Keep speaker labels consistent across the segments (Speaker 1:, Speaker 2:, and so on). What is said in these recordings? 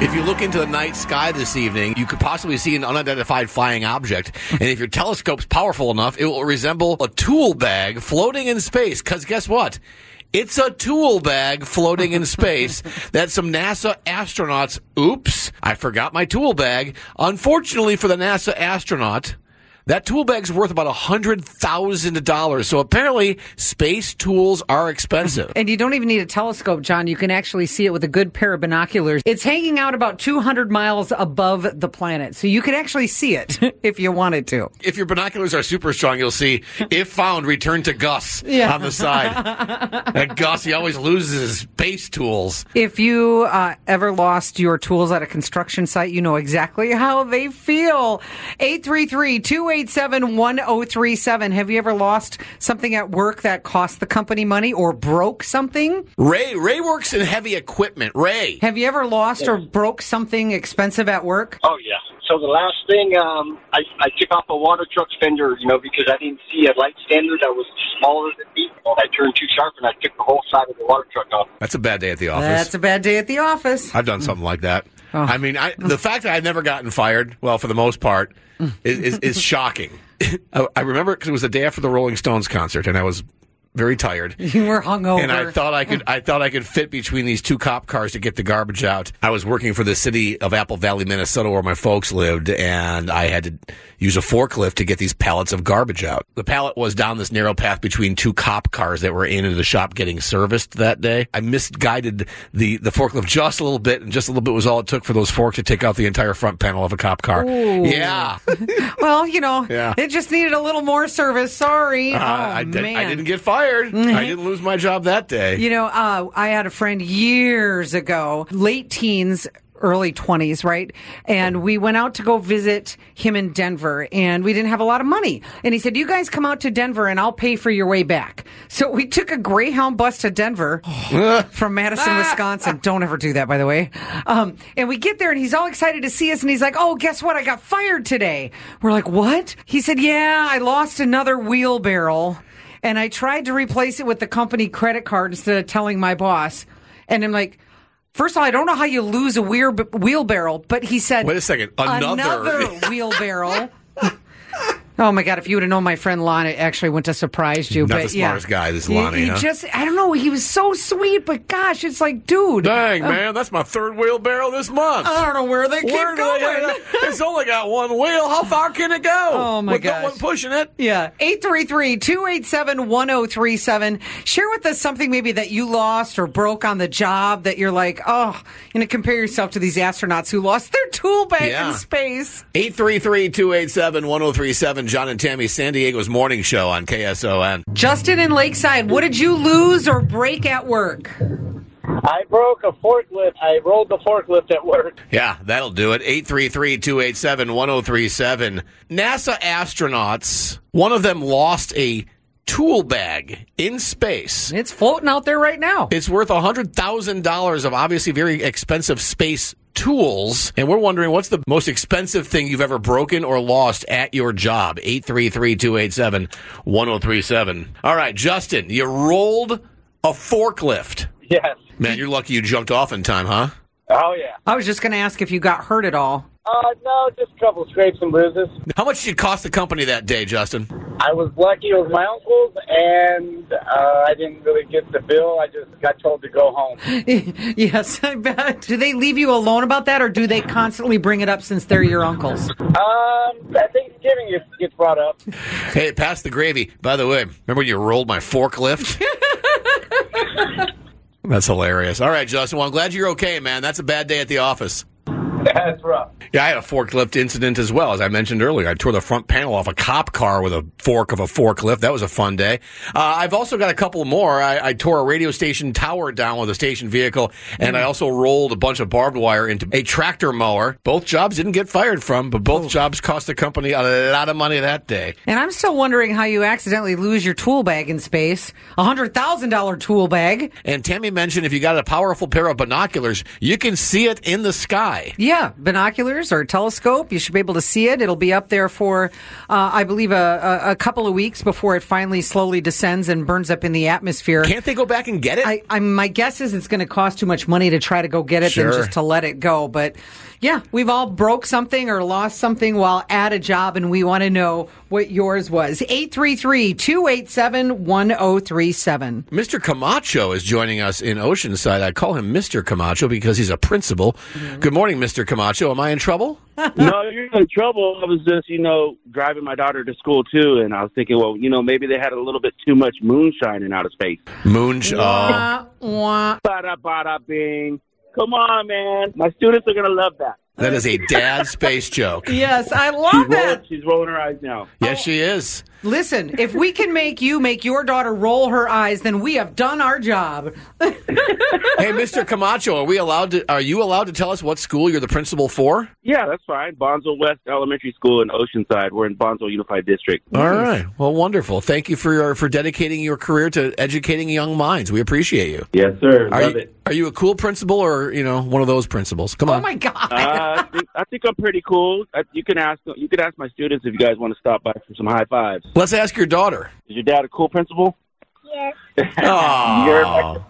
Speaker 1: If you look into the night sky this evening, you could possibly see an unidentified flying object. And if your telescope's powerful enough, it will resemble a tool bag floating in space. Because guess what? It's a tool bag floating in space that some NASA astronauts, oops, I forgot my tool bag. Unfortunately for the NASA astronaut, that tool bag's worth about $100,000. So apparently, space tools are expensive.
Speaker 2: And you don't even need a telescope, John. You can actually see it with a good pair of binoculars. It's hanging out about 200 miles above the planet. So you could actually see it if you wanted to.
Speaker 1: if your binoculars are super strong, you'll see if found, return to Gus on the side. and Gus, he always loses his base tools.
Speaker 2: If you uh, ever lost your tools at a construction site, you know exactly how they feel. 833-287-1037. Have you ever lost something at work that cost the company money or broke something?
Speaker 1: Ray, Ray works in heavy equipment. Ray.
Speaker 2: Have you ever lost or broke something expensive at work?
Speaker 3: Oh yeah. So the last thing, um, I, I took off a water truck's fender, you know, because I didn't see a light standard that was smaller than me, and I turned too sharp, and I took the whole side of the water truck off.
Speaker 1: That's a bad day at the
Speaker 2: That's
Speaker 1: office.
Speaker 2: a bad day at the office.
Speaker 1: I've done something like that. I mean, I, the fact that I've never gotten fired, well, for the most part, is, is, is shocking. I, I remember because it was the day after the Rolling Stones concert, and I was very tired.
Speaker 2: You were hungover.
Speaker 1: And I thought I could I thought I could fit between these two cop cars to get the garbage out. I was working for the city of Apple Valley, Minnesota where my folks lived and I had to use a forklift to get these pallets of garbage out. The pallet was down this narrow path between two cop cars that were in at the shop getting serviced that day. I misguided the the forklift just a little bit and just a little bit was all it took for those forks to take out the entire front panel of a cop car. Yeah. Uh,
Speaker 2: Well, you know,
Speaker 1: Yeah. Uh,
Speaker 2: it just needed a little more service. Sorry. oh,
Speaker 1: I, did,
Speaker 2: man. Mm-hmm.
Speaker 1: I didn't get fired. I didn't lose my job that day.
Speaker 2: You know, uh, I had a friend years ago, late teens, early 20s, right? And we went out to go visit him in Denver and we didn't have a lot of money. And he said, You guys come out to Denver and I'll pay for your way back. So we took a Greyhound bus to Denver
Speaker 1: Oh.
Speaker 2: from Madison, Wisconsin. Don't ever do that, by the way. Um, and we get there and he's all excited to see us and he's like, Oh, guess what? I got fired today. We're like, What? He said, Yeah, I lost another wheelbarrow and I tried to replace it with the company credit card instead of telling my boss. And I'm like, first of all, I don't know how you lose a wheel- wheelbarrow, but he said,
Speaker 1: Wait a second. Another.
Speaker 2: another wheelbarrow. Oh my God! If you would have known my friend Lana actually went to surprise you,
Speaker 1: Not
Speaker 2: but
Speaker 1: the smartest
Speaker 2: yeah.
Speaker 1: guy, this
Speaker 2: He-
Speaker 1: Lonnie,
Speaker 2: He,
Speaker 1: huh?
Speaker 2: just—I don't know. He was so sweet, but gosh, it's like, dude,
Speaker 1: Dang, man, that's my third wheelbarrow this month.
Speaker 2: I don't know where they
Speaker 1: Where do
Speaker 2: keep
Speaker 1: they-
Speaker 2: going.
Speaker 1: it's only got one wheel. How far can it go?
Speaker 2: Oh, my
Speaker 1: With
Speaker 2: gosh.
Speaker 1: no one pushing it.
Speaker 2: Yeah. 833-287-1037. Share with us something maybe that you lost or broke on the job that you're like, oh, you know, compare yourself to these astronauts who lost their tool bag
Speaker 1: Yeah.
Speaker 2: in space.
Speaker 1: 833-287-1037. John and Tammy, San Diego's morning show on KSON.
Speaker 2: Justin in Lakeside, what did you lose or break at work?
Speaker 3: I broke a forklift. I rolled the forklift at work.
Speaker 1: Yeah, that'll do it. 833-287-1037. NASA astronauts, one of them lost a tool bag in space.
Speaker 2: It's floating out there right now.
Speaker 1: It's worth $100,000 of obviously very expensive space tools. And we're wondering what's the most expensive thing you've ever broken or lost at your job? 833 287 1037. All right, Justin, you rolled a forklift.
Speaker 3: Yes.
Speaker 1: Man, you're lucky you jumped off in time, huh?
Speaker 3: Oh yeah.
Speaker 2: I was just going to ask if you got hurt at all.
Speaker 3: Uh, no, just a couple scrapes and bruises.
Speaker 1: How much did it cost the company that day, Justin?
Speaker 3: I was lucky it was my uncle's, and uh, I didn't really get the bill. I just got told to go home.
Speaker 2: yes, I bet. Do they leave you alone about that or do they constantly bring it up since they're your uncles?
Speaker 3: Um, at Thanksgiving it gets brought up.
Speaker 1: Hey, pass the gravy. By the way, remember when you rolled my forklift? That's hilarious. All right, Justin. Well, I'm glad you're okay, man. That's a bad day at the office.
Speaker 3: That's rough.
Speaker 1: Yeah, I had a forklift incident as well, as I mentioned earlier. I tore the front panel off a cop car with a fork of a forklift. That was a fun day. Uh, I've also got a couple more. I, I tore a radio station tower down with a station vehicle, and I also rolled a bunch of barbed wire into a tractor mower. Both jobs didn't get fired from, but both jobs cost the company a lot of money that day.
Speaker 2: And I'm still wondering how you accidentally lose your tool bag in space. A hundred thousand dollar tool bag.
Speaker 1: And Tammy mentioned if you got a powerful pair of binoculars, you can see it in the sky.
Speaker 2: Yeah, binoculars or telescope. You should be able to see it. It'll be up there for, uh, I believe, a, a, a couple of weeks before it finally slowly descends and burns up in the atmosphere.
Speaker 1: Can't they go back and get it?
Speaker 2: I, I, my guess is it's going to cost too much money to try to go get it
Speaker 1: Sure.
Speaker 2: than just to let it go. But yeah, we've all broke something or lost something while at a job, and we want to know what yours was. 833 287 1037.
Speaker 1: Mr. Camacho is joining us in Oceanside. I call him Mr. Camacho because he's a principal.
Speaker 2: Mm-hmm.
Speaker 1: Good morning, Mr. Camacho. Am I in trouble?
Speaker 4: no, you're in trouble. I was just, you know, driving my daughter to school too, and I was thinking, well, you know, maybe they had a little bit too much moon shining out of space.
Speaker 1: Moonshot.
Speaker 2: Uh,
Speaker 4: Bada bada bing. Come on, man. My students are gonna love that.
Speaker 1: That is a dad space joke.
Speaker 2: Yes, I
Speaker 4: She's
Speaker 2: love it.
Speaker 4: rolling, she's rolling her eyes now.
Speaker 1: Yes, she is.
Speaker 2: Listen, if we can make you make your daughter roll her eyes, then we have done our job. Oh
Speaker 1: Hey, Mr. Camacho, are we allowed to? Are you allowed to tell us what school you're the principal for?
Speaker 4: Yeah, that's fine. Bonzo West Elementary School in Oceanside. We're in Bonzo Unified District.
Speaker 1: All right. Well, wonderful. Thank you for your, for dedicating your career to educating young minds. We appreciate you.
Speaker 4: Yes, sir.
Speaker 1: Are
Speaker 4: love
Speaker 1: you,
Speaker 4: it.
Speaker 1: are you a cool principal or you know one of those principals? Come
Speaker 2: Oh
Speaker 1: on.
Speaker 2: my God.
Speaker 5: Uh-huh.
Speaker 4: Uh, I, think, I think I'm pretty cool. I, you can ask you can ask my students if you guys want to stop by for some high fives.
Speaker 1: Let's ask your daughter.
Speaker 4: Is your dad a cool principal?
Speaker 1: Aw.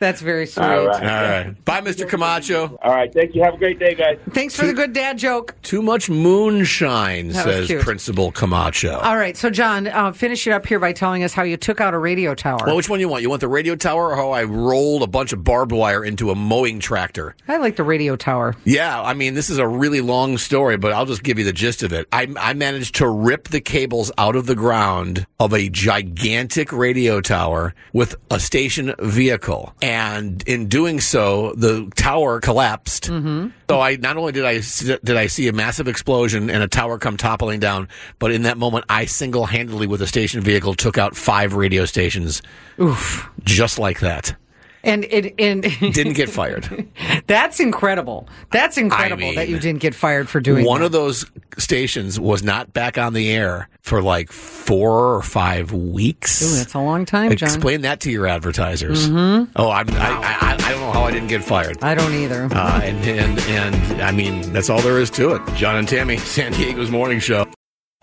Speaker 2: That's very sweet.
Speaker 4: All right.
Speaker 1: All right. Bye, Mr. Camacho.
Speaker 4: All right. Thank you. Have a great day, guys.
Speaker 2: Thanks for the good dad joke.
Speaker 1: Too much moonshine,
Speaker 2: That was
Speaker 1: says
Speaker 2: cute.
Speaker 1: Principal Camacho.
Speaker 2: All right, so John, uh, finish it up here by telling us how you took out a radio tower.
Speaker 1: well, which one you want? You want the radio tower or how I rolled a bunch of barbed wire into a mowing tractor?
Speaker 2: I like the radio tower.
Speaker 1: Yeah, I mean, this is a really long story, but I'll just give you the gist of it. I, I managed to rip the cables out of the ground of a gigantic radio tower with a station vehicle. And in doing so, the tower collapsed. Mm-hmm. So I not only did I s- did I see a massive explosion and a tower come toppling down, but in that moment, I single handedly with a station vehicle took out five radio stations. Oof! Just like that.
Speaker 2: And it and
Speaker 1: Didn't get fired.
Speaker 2: that's incredible. That's incredible that you
Speaker 1: mean,
Speaker 2: didn't get fired for doing
Speaker 1: One
Speaker 2: that.
Speaker 1: of those stations was not back on the air for like four or five weeks.
Speaker 2: Ooh, that's a long time, John. Mm-hmm.
Speaker 1: Explain that to your advertisers. Oh, I'm, I, I, I don't know how I didn't get fired.
Speaker 2: I don't either.
Speaker 1: Uh, and, and, and I mean, that's all there is to it. John and Tammy, San Diego's morning show.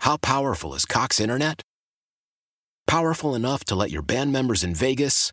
Speaker 6: How powerful is Cox Internet? Powerful enough to let your band members in Vegas,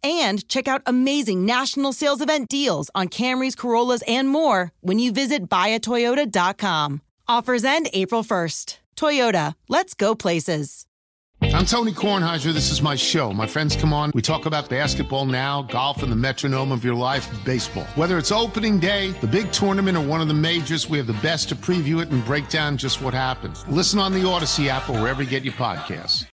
Speaker 5: and check out amazing national sales event deals on Camrys, Corollas, and more when you visit buyatoyota.com. Offers end April 1st. Toyota, let's go places.
Speaker 7: I'm Tony Kornheiser. This is my show. My friends come on. We talk about basketball now, golf, and the metronome of your life, baseball. Whether it's opening day, the big tournament, or one of the majors, we have the best to preview it and break down just what happens. Listen on the Odyssey app or wherever you get your podcasts.